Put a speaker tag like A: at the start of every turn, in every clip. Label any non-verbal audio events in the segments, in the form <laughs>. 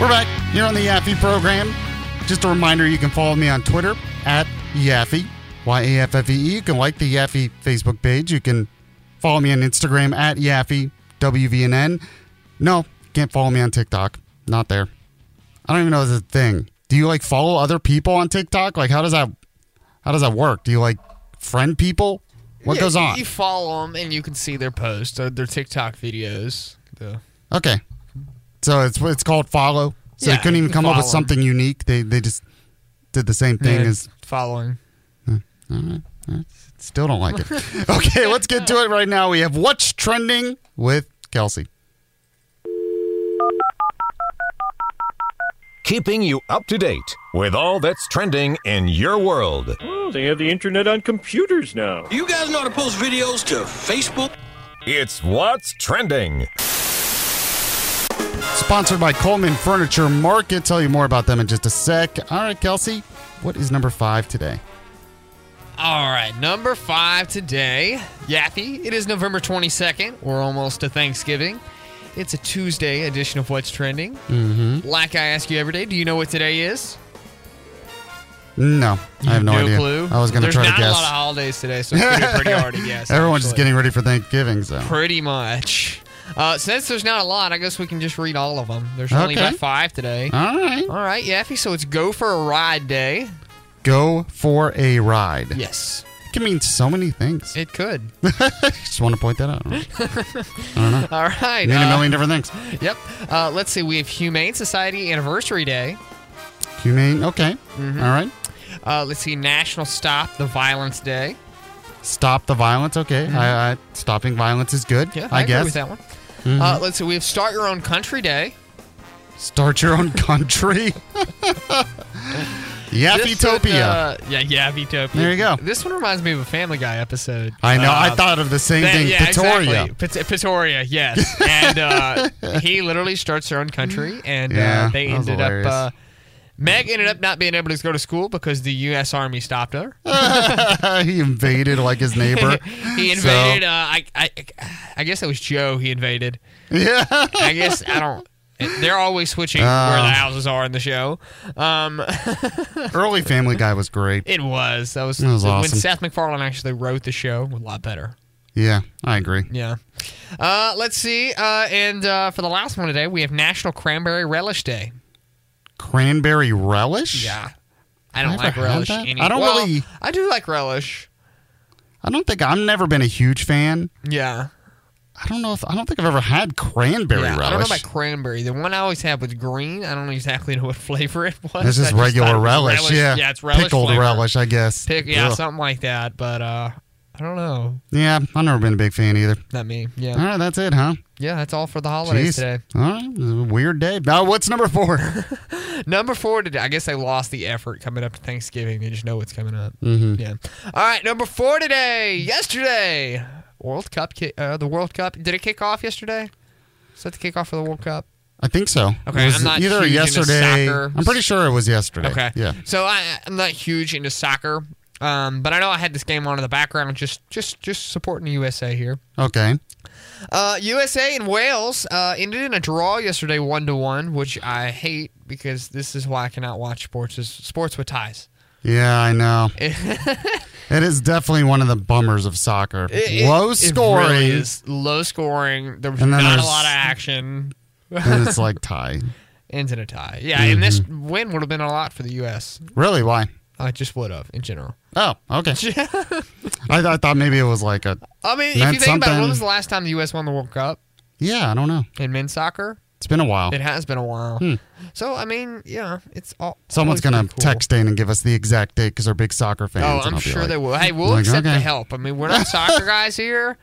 A: We're back here on the Yaffe program. Just a reminder you can follow me on Twitter at Yaffe, Y A F F E E. You can like the Yaffe Facebook page. You can follow me on Instagram at Yaffe, WVNN. No, can't follow me on TikTok. Not there. I don't even know the thing. Do you like follow other people on TikTok? Like, how does that how does that work? Do you like friend people? What
B: Yeah,
A: goes
B: you-
A: on?
B: You follow them and you can see their posts, uh, their TikTok videos. The,
A: Okay, so it's it's called follow. So
B: Yeah,
A: they couldn't
B: you
A: even
B: can
A: come up with
B: follow 'em.
A: something unique. They they just did the same thing
B: yeah,
A: as
B: following.
A: Still don't like
B: <laughs>
A: it. okay, let's get to it right now. We have What's Trending with Kelsey.
C: Keeping you up to date with all that's trending in your world.
D: Oh, they have the internet on computers now.
E: You guys know how to post videos to Facebook?
C: It's What's Trending.
A: Sponsored by Coleman Furniture Market. Tell you more about them in just a sec. All right, Kelsey, what is number five today?
B: All right, number five today. Yappy, it is November 22nd. We're almost to Thanksgiving. It's a Tuesday edition of What's Trending. Mm-hmm. Like I ask you every day, do you know what today is?
A: No, I have no, idea.
B: clue.
A: I was going to
B: There's
A: try to
B: not
A: guess.
B: a lot of holidays today, so it's gonna be pretty hard to
A: <laughs>
B: guess.
A: Everyone's just
B: actually.
A: getting ready for Thanksgiving, so.
B: Pretty much. Uh, since there's not a lot, I guess we can just read all of them. There's only
A: Okay.
B: about five today.
A: All right.
B: All right, Yaffy. So it's Go for a Ride Day.
A: Go for a ride.
B: Yes,
A: It can mean so many things.
B: it could.
A: <laughs> just want to point that
B: <laughs>
A: out. Mean
B: All right.
A: a
B: uh,
A: million different things.
B: yep. Uh, let's see. We have Humane Society Anniversary Day.
A: Humane, okay.
B: Mm-hmm.
A: All right.
B: Uh, let's see. National Stop the Violence Day.
A: Stop the violence, okay. I, I, stopping violence is good,
B: Mm-hmm. Yeah,
A: I,
B: I, agree
A: guess. Mm-hmm.
B: with that one. Uh, let's see. We have Start Your Own Country Day.
A: Start your
B: <laughs>
A: own country. <laughs>
B: This one,
A: Yappytopia.
B: uh, yeah, yeah, Utopia.
A: There you go.
B: This one reminds me of a Family Guy episode.
A: I know. I
B: Uh,
A: thought of the same
B: That-
A: thing.
B: yeah,
A: Pretoria.
B: Exactly. Pit- Pretoria, yes. and uh, he literally starts their own country, and
A: Yeah,
B: uh, they
A: that was
B: ended up.
A: hilarious.
B: Uh, Meg ended up not being able to go to school because the U.S. Army
A: <laughs>
B: stopped her.
A: he invaded like his neighbor.
B: <laughs> he
A: So-
B: invaded. Uh, I, I, I guess it was Joe. He invaded.
A: <laughs> yeah.
B: I guess I don't. They're always switching
A: Uh.
B: where the houses are in the show. Um,
A: Early Family Guy was great.
B: it was that was,
A: That was
B: when
A: awesome.
B: Seth MacFarlane actually wrote the show. A lot better.
A: Yeah, I agree.
B: Yeah. Uh, let's see. Uh, and uh, for the last one today, we have National Cranberry Relish Day.
A: Cranberry relish.
B: I don't
A: Never
B: like
A: had
B: relish.
A: that.
B: Any-
A: I don't
B: well,
A: really-
B: I do like relish.
A: I don't think I've never been a huge fan.
B: Yeah.
A: I don't know if I don't think I've ever had cranberry
B: yeah.
A: relish.
B: I don't know about cranberry. The one I always had was green. I don't exactly know what <laughs> flavor it was.
A: it's
B: I
A: just
B: thought
A: regular
B: it was
A: relish. Yeah.
B: Yeah, it's relish.
A: Pickled
B: flavor.
A: relish, I guess.
B: Pick, yeah,
A: Ugh.
B: something like that. But uh, I don't know.
A: yeah. I've never been a big fan either.
B: Not me. Yeah.
A: All right, that's it, huh?
B: Yeah, that's all for the holidays
A: Mm. Jeez.
B: today.
A: All right, it was a weird day. Now, what's number four?
B: Number <laughs> four today. I guess they lost the effort coming up to Thanksgiving. They just know what's coming up. Yeah. All right. Number four today. Yesterday, World Cup. Ki- uh, the World Cup. Did it kick off yesterday? Is that the kickoff for the World Cup?
A: I think so.
B: Okay,
A: It was
B: I'm not
A: either
B: huge into
A: yesterday.
B: soccer.
A: I'm pretty sure it was yesterday.
B: Okay.
A: Yeah.
B: So I, I'm not huge into soccer, um, but I know I had this game on in the background, just just just supporting the USA here.
A: Okay.
B: Uh, USA and Wales uh, ended in a draw yesterday, one to one, which I hate because this is why I cannot watch sports is sports with ties.
A: Yeah, I
B: <laughs>
A: know. it is definitely one of the bummers of soccer.
B: It- it-
A: Low
B: it
A: scoring,
B: really is low scoring. There was
A: And
B: not
A: then
B: a
A: there's-
B: lot of action.
A: and it's like tie.
B: Ends in a tie. Yeah, and this
A: Mm-hmm.
B: win would have been a lot for the U.S.
A: Really? Why?
B: I just would have in
A: <laughs>
B: general.
A: Oh, okay. I, I thought maybe it was like a.
B: I mean, if
A: Meant
B: you think about it, when
A: something.
B: was the last time the U.S. won the World Cup
A: Yeah, I don't know.
B: in men's soccer?
A: It's been a while.
B: It has been a while. So I mean, yeah, it's all.
A: Hmm. Someone's
B: always
A: gonna
B: been cool.
A: text in and give us the exact date because they're big soccer fans.
B: Oh,
A: and <laughs>
B: I'm
A: I'll be
B: sure
A: like-
B: they will. Hey, we'll
A: like,
B: accept the
A: okay.
B: help. I mean, we're not soccer guys here.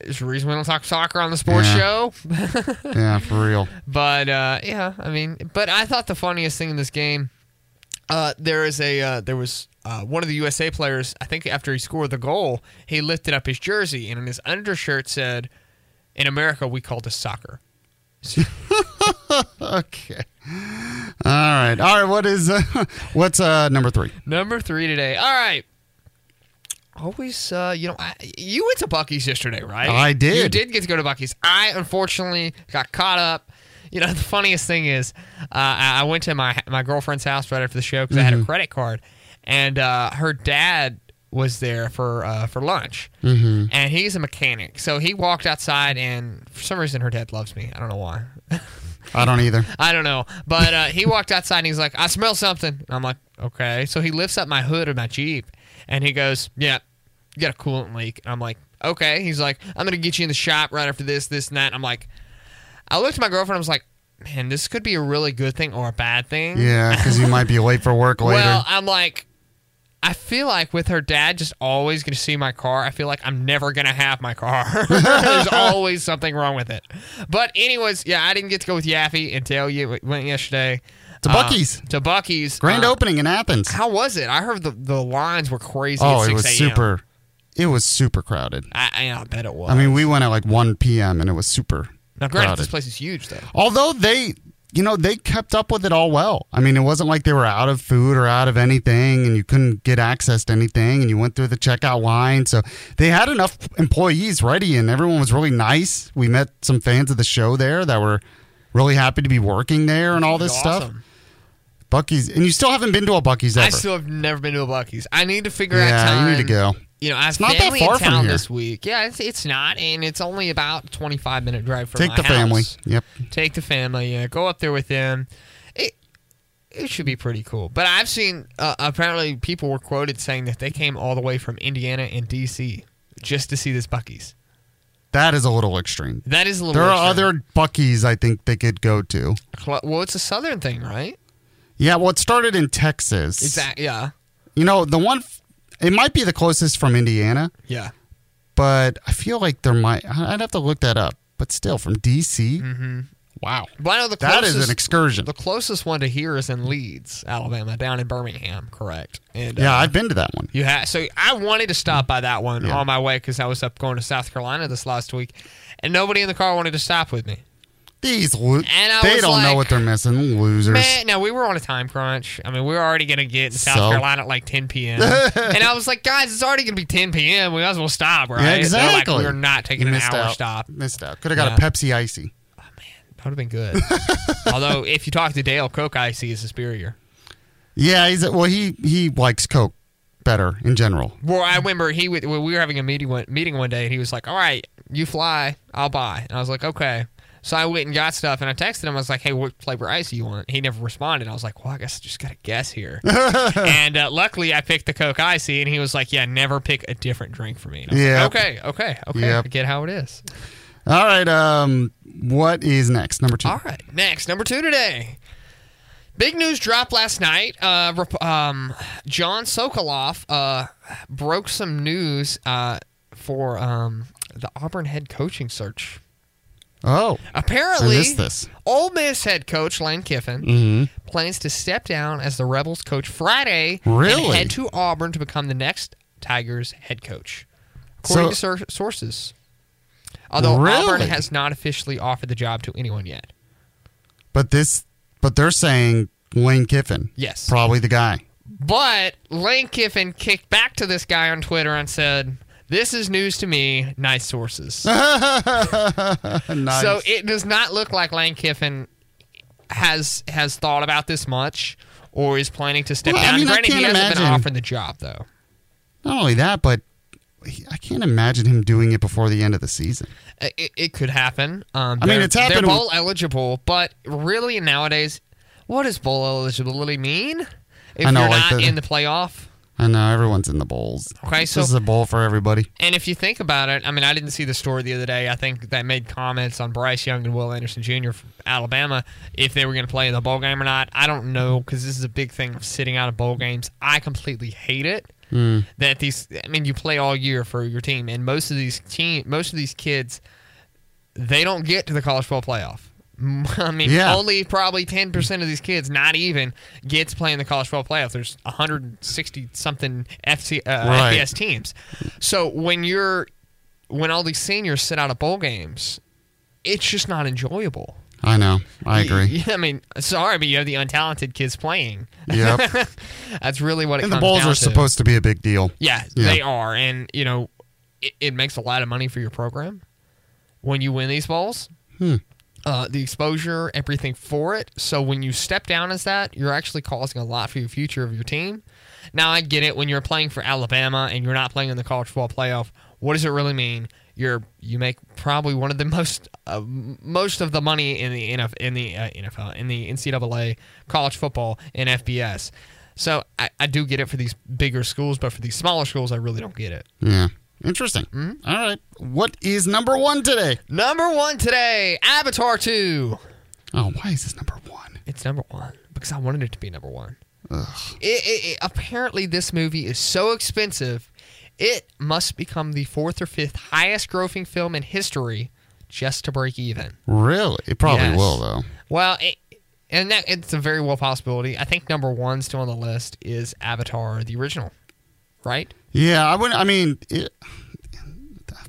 B: There's a reason we don't talk soccer on the sports
A: Yeah.
B: show.
A: Yeah, for
B: <laughs>
A: real.
B: But uh, yeah, I mean, but I thought the funniest thing in this game, uh, there is a uh, there was uh, one of the USA players. I think after he scored the goal, he lifted up his jersey and in his undershirt said, "In America, we call this soccer."
A: Okay. All right. All right. What is <laughs> uh, what's uh number three?
B: Number three today. All right. Always, uh, you know, I, you went to Bucky's yesterday, right?
A: I did.
B: You did get to go to Bucky's. I unfortunately got caught up. You know, <laughs> the funniest thing is, uh, I I went to my my girlfriend's house right after the show because I
A: Mm-hmm.
B: had a credit card, and uh, her dad was there for uh, for lunch, mm-hmm. and he's a mechanic, so he walked outside, and for some reason, her dad loves me. I don't know why.
A: I don't either.
B: I don't know. But uh, he walked outside and he's like, I smell something. And I'm like, okay. So he lifts up my hood of my Jeep and he goes, yeah, you got a coolant leak. And I'm like, okay. He's like, I'm going to get you in the shop right after this, this, and that. And I'm like, I looked at my girlfriend. I was like, man, this could be a really good thing or a bad thing.
A: Yeah, because you might be late for work later.
B: <laughs> Well, I'm like, I feel like with her dad just always going to see my car, I feel like I'm never going to have my car. <laughs>
A: <laughs>
B: There's always something wrong with it. But, anyways, yeah, I didn't get to go with Yaffe until you went yesterday.
A: To
B: Uh,
A: Buc-ee's.
B: to Bucky's.
A: Grand opening in Athens.
B: uh, How was it? I heard the, the lines were crazy.
A: Oh,
B: at 6
A: it was
B: a.m..
A: super. It was super crowded.
B: I, I, I bet it was.
A: I mean, we went at like 1 p.m. and it was super
B: now, granted,
A: crowded.
B: this place is huge, though.
A: Although they, you know, they kept up with it all well. I mean, it wasn't like they were out of food or out of anything and you couldn't get access to anything and you went through the checkout line. So they had enough employees ready and everyone was really nice. We met some fans of the show there that were really happy to be working there and all this stuff.
B: Awesome.
A: Bucky's, and you still haven't been to a Bucky's ever.
B: I still have never been to a Bucky's. I need to figure out
A: yeah,
B: time.
A: you need to go.
B: You know, I have
A: not that
B: family
A: far
B: in
A: from
B: town
A: here.
B: this week. Yeah, it's, it's not, and it's only about twenty five minute drive from
A: Take
B: my
A: the family.
B: house.
A: Yep.
B: Take the family. Yeah, go up there with them. It it should be pretty cool. But I've seen uh, apparently people were quoted saying that they came all the way from Indiana and D.C. just to see this Bucky's.
A: That is a little extreme.
B: That is a little.
A: There are
B: extreme.
A: other Bucky's I think they could go to.
B: Cl- well, it's a southern thing, right?
A: Yeah, well, it started in Texas.
B: Exactly. Yeah.
A: You know, the one, it might be the closest from Indiana,
B: Yeah.
A: but I feel like there might, I'd have to look that up, but still from DC. Mm-hmm. Wow.
B: Well, I know the
A: That
B: closest,
A: is an excursion.
B: the closest one to here is in Leeds, Alabama, down in Birmingham. Correct. And
A: Yeah,
B: uh,
A: I've been to that one.
B: You had so I wanted to stop by that one
A: Yeah.
B: on my way because I was up going to South Carolina this last week, and nobody in the car wanted to stop with me.
A: These, lo-
B: And I
A: they
B: was
A: don't know
B: like,
A: what they're missing, losers.
B: Man, now we were on a time crunch. I mean, we were already gonna get in South
A: So?
B: Carolina at like
A: <laughs>
B: 10 p.m. and I was like, guys, it's already gonna be 10 p.m. We might as well stop, right?
A: Yeah,
B: They're like,
A: exactly.
B: we're not taking
A: You
B: an
A: missed
B: hour
A: out.
B: stop.
A: Missed out. Could have got
B: Yeah.
A: a Pepsi Icy.
B: That would have been good.
A: <laughs>
B: Although, if you talk to Dale, Coke Icy is superior.
A: Yeah, he's, well, he, he likes Coke better in general.
B: Well, I remember he would, well, we were having a meeting one, meeting one day, and he was like, "All right, you fly, I'll buy." And I was like, "Okay." So I went and got stuff, and I texted him. I was like, "Hey, what flavor ice do you want?" He never responded. I was like, "Well, I guess I just got to guess here." and uh, luckily, I picked the Coke icy, and he was like, "Yeah, never pick a different drink for me." And I was
A: Yep.
B: Like, okay. Okay. Okay.
A: Yep.
B: I get how it is.
A: All right. Um, what is next? Number two.
B: All right. Next, number two today. Big news dropped last night. Uh, rep- um, John Sokoloff uh, broke some news uh, for um, the Auburn head coaching search.
A: Oh,
B: Apparently,
A: I missed this. Mm-hmm.
B: Ole Miss head coach Lane Kiffin plans to step down as the Rebels coach Friday and
A: Really?
B: head to Auburn to become the next Tigers head coach, according
A: So-
B: to sur- sources. Although Auburn
A: Really?
B: has not officially offered the job to anyone yet.
A: but this, but they're saying Lane Kiffin.
B: Yes.
A: Probably the guy.
B: But Lane Kiffin kicked back to this guy on Twitter and said, This is news to me, nice sources.
A: <laughs> Nice.
B: So it does not look like Lane Kiffin has has thought about this much or is planning to step
A: Well, I
B: down.
A: mean, I
B: Granted, he
A: can't
B: hasn't been
A: imagine.
B: offered the job though.
A: Not only that, but he, I can't imagine him doing it before the end of the season.
B: I- It, it could happen. Um,
A: I mean,
B: they're-
A: it's happened
B: They're
A: with-
B: bowl eligible, but really nowadays, what does bowl eligibility mean? If
A: I know,
B: you're
A: like
B: not
A: the-
B: in the playoff,
A: I know everyone's in the bowls.
B: Okay,
A: this
B: so-
A: is a bowl for everybody.
B: And if you think about it, I mean, I didn't see the story the other day. I think that made comments on Bryce Young and Will Anderson Jr. from Alabama if they were going to play in the bowl game or not. I don't know because this is a big thing of sitting out of bowl games. I completely hate it. that these. I mean, you play all year for your team, and most of these team, most of these kids, they don't get to the college football playoff. <laughs> I mean,
A: Yeah.
B: only probably ten percent of these kids, not even, gets playing the college football playoff. There's 160 something FC, uh,
A: Right.
B: FBS teams. So when you're when all these seniors sit out of bowl games, it's just not enjoyable.
A: I know. I agree.
B: <laughs> Yeah, I mean, sorry, but you have the untalented kids playing.
A: Yep.
B: That's really what it
A: And the
B: comes
A: bowls
B: down
A: are
B: to.
A: supposed to be a big deal.
B: Yeah,
A: Yeah.
B: they are, and you know, it, it makes a lot of money for your program when you win these bowls. Uh, the exposure, everything for it. So when you step down as that, you're actually causing a lot for your future of your team. Now I get it when you're playing for Alabama and you're not playing in the college football playoff. What does it really mean? You're you make probably one of the most uh, most of the money in the NF, in the uh, NFL in the NCAA college football and FBS. So I, I do get it for these bigger schools, but for these smaller schools, I really don't get it.
A: Yeah. Interesting.
B: Mm-hmm.
A: All right. What is number one today?
B: Number one today, Avatar two.
A: Oh, why is this number one?
B: It's number one because I wanted it to be number one. It, it, it- apparently, this movie is so expensive, it must become the fourth or fifth highest grossing film in history just to break even.
A: Really? It probably
B: Yes.
A: will, though.
B: Well, it, and that it's a very well possibility. I think number one still on the list is Avatar, the original, right?
A: Yeah, I wouldn't. I mean, it,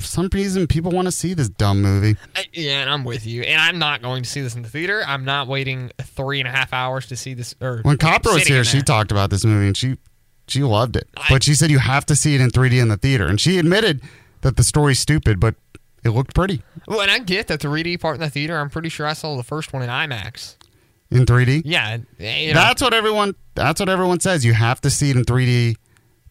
A: for some reason, people want to see this dumb movie.
B: I- Uh, Yeah, and I'm with you. And I'm not going to see this in the theater. I'm not waiting three and a half hours to see this. Or
A: When Copper was
B: sitting
A: here,
B: in
A: she
B: there.
A: talked about this movie and she she loved it.
B: I-
A: but she said you have to see it in 3D in the theater, and she admitted that the story's stupid, but it looked pretty
B: Well, and I get that the 3D part in the theater. I'm pretty sure I saw the first one in IMAX.
A: in 3D.
B: Yeah, eh, you know,
A: That's what everyone. That's what everyone says. You have to see it in 3D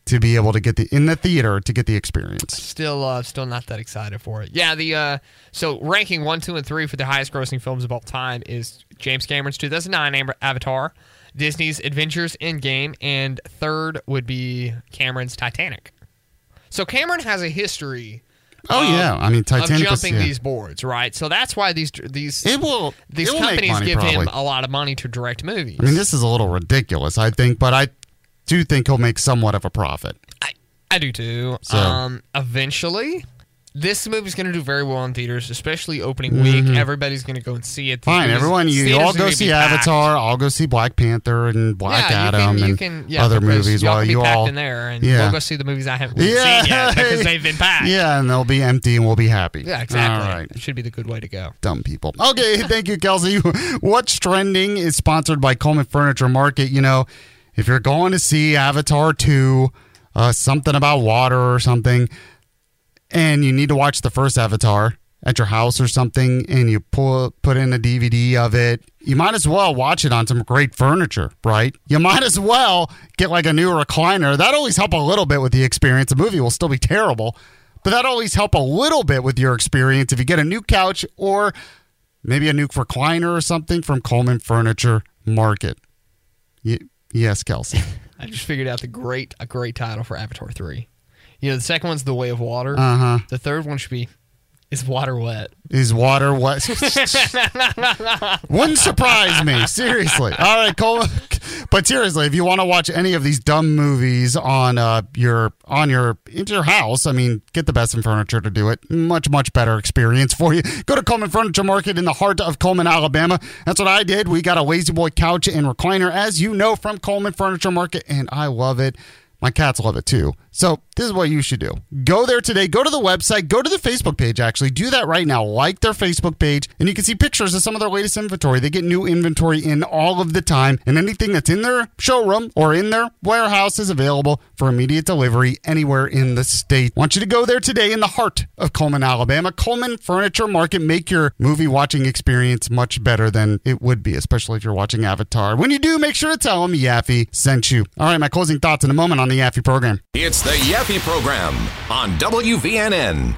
A: to be able to get the in the theater to get the experience.
B: still uh, still not that excited for it. Yeah, the uh, so ranking one, two, and three for the highest grossing films of all time is James Cameron's 2009 Am- Avatar, Disney's Adventures in Game, and third would be Cameron's Titanic. So Cameron has a history
A: Oh
B: Um,
A: yeah, I mean Titanic.
B: of
A: was-
B: jumping
A: yeah.
B: these boards, right? So that's why these these
A: it will.
B: these
A: it will
B: companies
A: make money,
B: give
A: probably.
B: him a lot of money to direct movies.
A: I mean, this is a little ridiculous, I think, but I do think he'll make somewhat of a profit.
B: I, I do too.
A: So-
B: Um, eventually, this movie's going to do very well in theaters, especially opening week. Everybody's going to go and see it.
A: Mm-hmm. Fine,
B: Theaters-
A: everyone, you, you
B: theaters
A: all
B: are gonna
A: go
B: be
A: see
B: packed.
A: Avatar. I'll go see Black Panther and Black
B: Yeah, you can-
A: Adam
B: you
A: and
B: can- yeah,
A: other
B: because
A: movies.
B: Y'all
A: While
B: can be
A: you
B: packed
A: all
B: in there, and
A: yeah.
B: we'll go see the movies I haven't
A: Yeah.
B: seen yet because they've been
A: <laughs>
B: packed.
A: Yeah, and they'll be empty, and we'll be happy.
B: Yeah, exactly.
A: All right.
B: That should be the good way to go.
A: dumb people. Okay, <laughs> thank you, Kelsey. What's Trending is sponsored by Coleman Furniture Market. You know, if you're going to see Avatar 2, uh, something about water or something, and you need to watch the first Avatar at your house or something, and you pull put in a DVD of it, you might as well watch it on some great furniture, right? You might as well get like a new recliner. That always help a little bit with the experience. The movie will still be terrible, but that always help a little bit with your experience if you get a new couch or maybe a new recliner or something from Coleman Furniture Market. Y- yes, Kelsey.
B: I just figured out the great a great title for Avatar three. You know, the second one's The Way of Water.
A: Uh huh.
B: The third one should be Is Water Wet?
A: Is water what? Wouldn't surprise me. Seriously. All right, Cole. But seriously, if you want to watch any of these dumb movies on uh, your on your into your house, I mean, get the best in furniture to do it. Much much better experience for you. Go to Coleman Furniture Market in the heart of Coleman, Alabama. That's what I did. We got a Lazy Boy couch and recliner, as you know, from Coleman Furniture Market, and I love it. My cats love it too. So, this is what you should do. Go there today. Go to the website. Go to the Facebook page, actually. Do that right now. Like their Facebook page, and you can see pictures of some of their latest inventory. They get new inventory in all of the time, and anything that's in their showroom or in their warehouse is available for immediate delivery anywhere in the state. want you to go there today in the heart of Coleman, Alabama. Coleman Furniture Market. Make your movie watching experience much better than it would be, especially if you're watching Avatar. When you do, make sure to tell them Yaffe sent you. All right, my closing thoughts in a moment on the Yaffe program.
C: It's the Yappy Program on WVNN.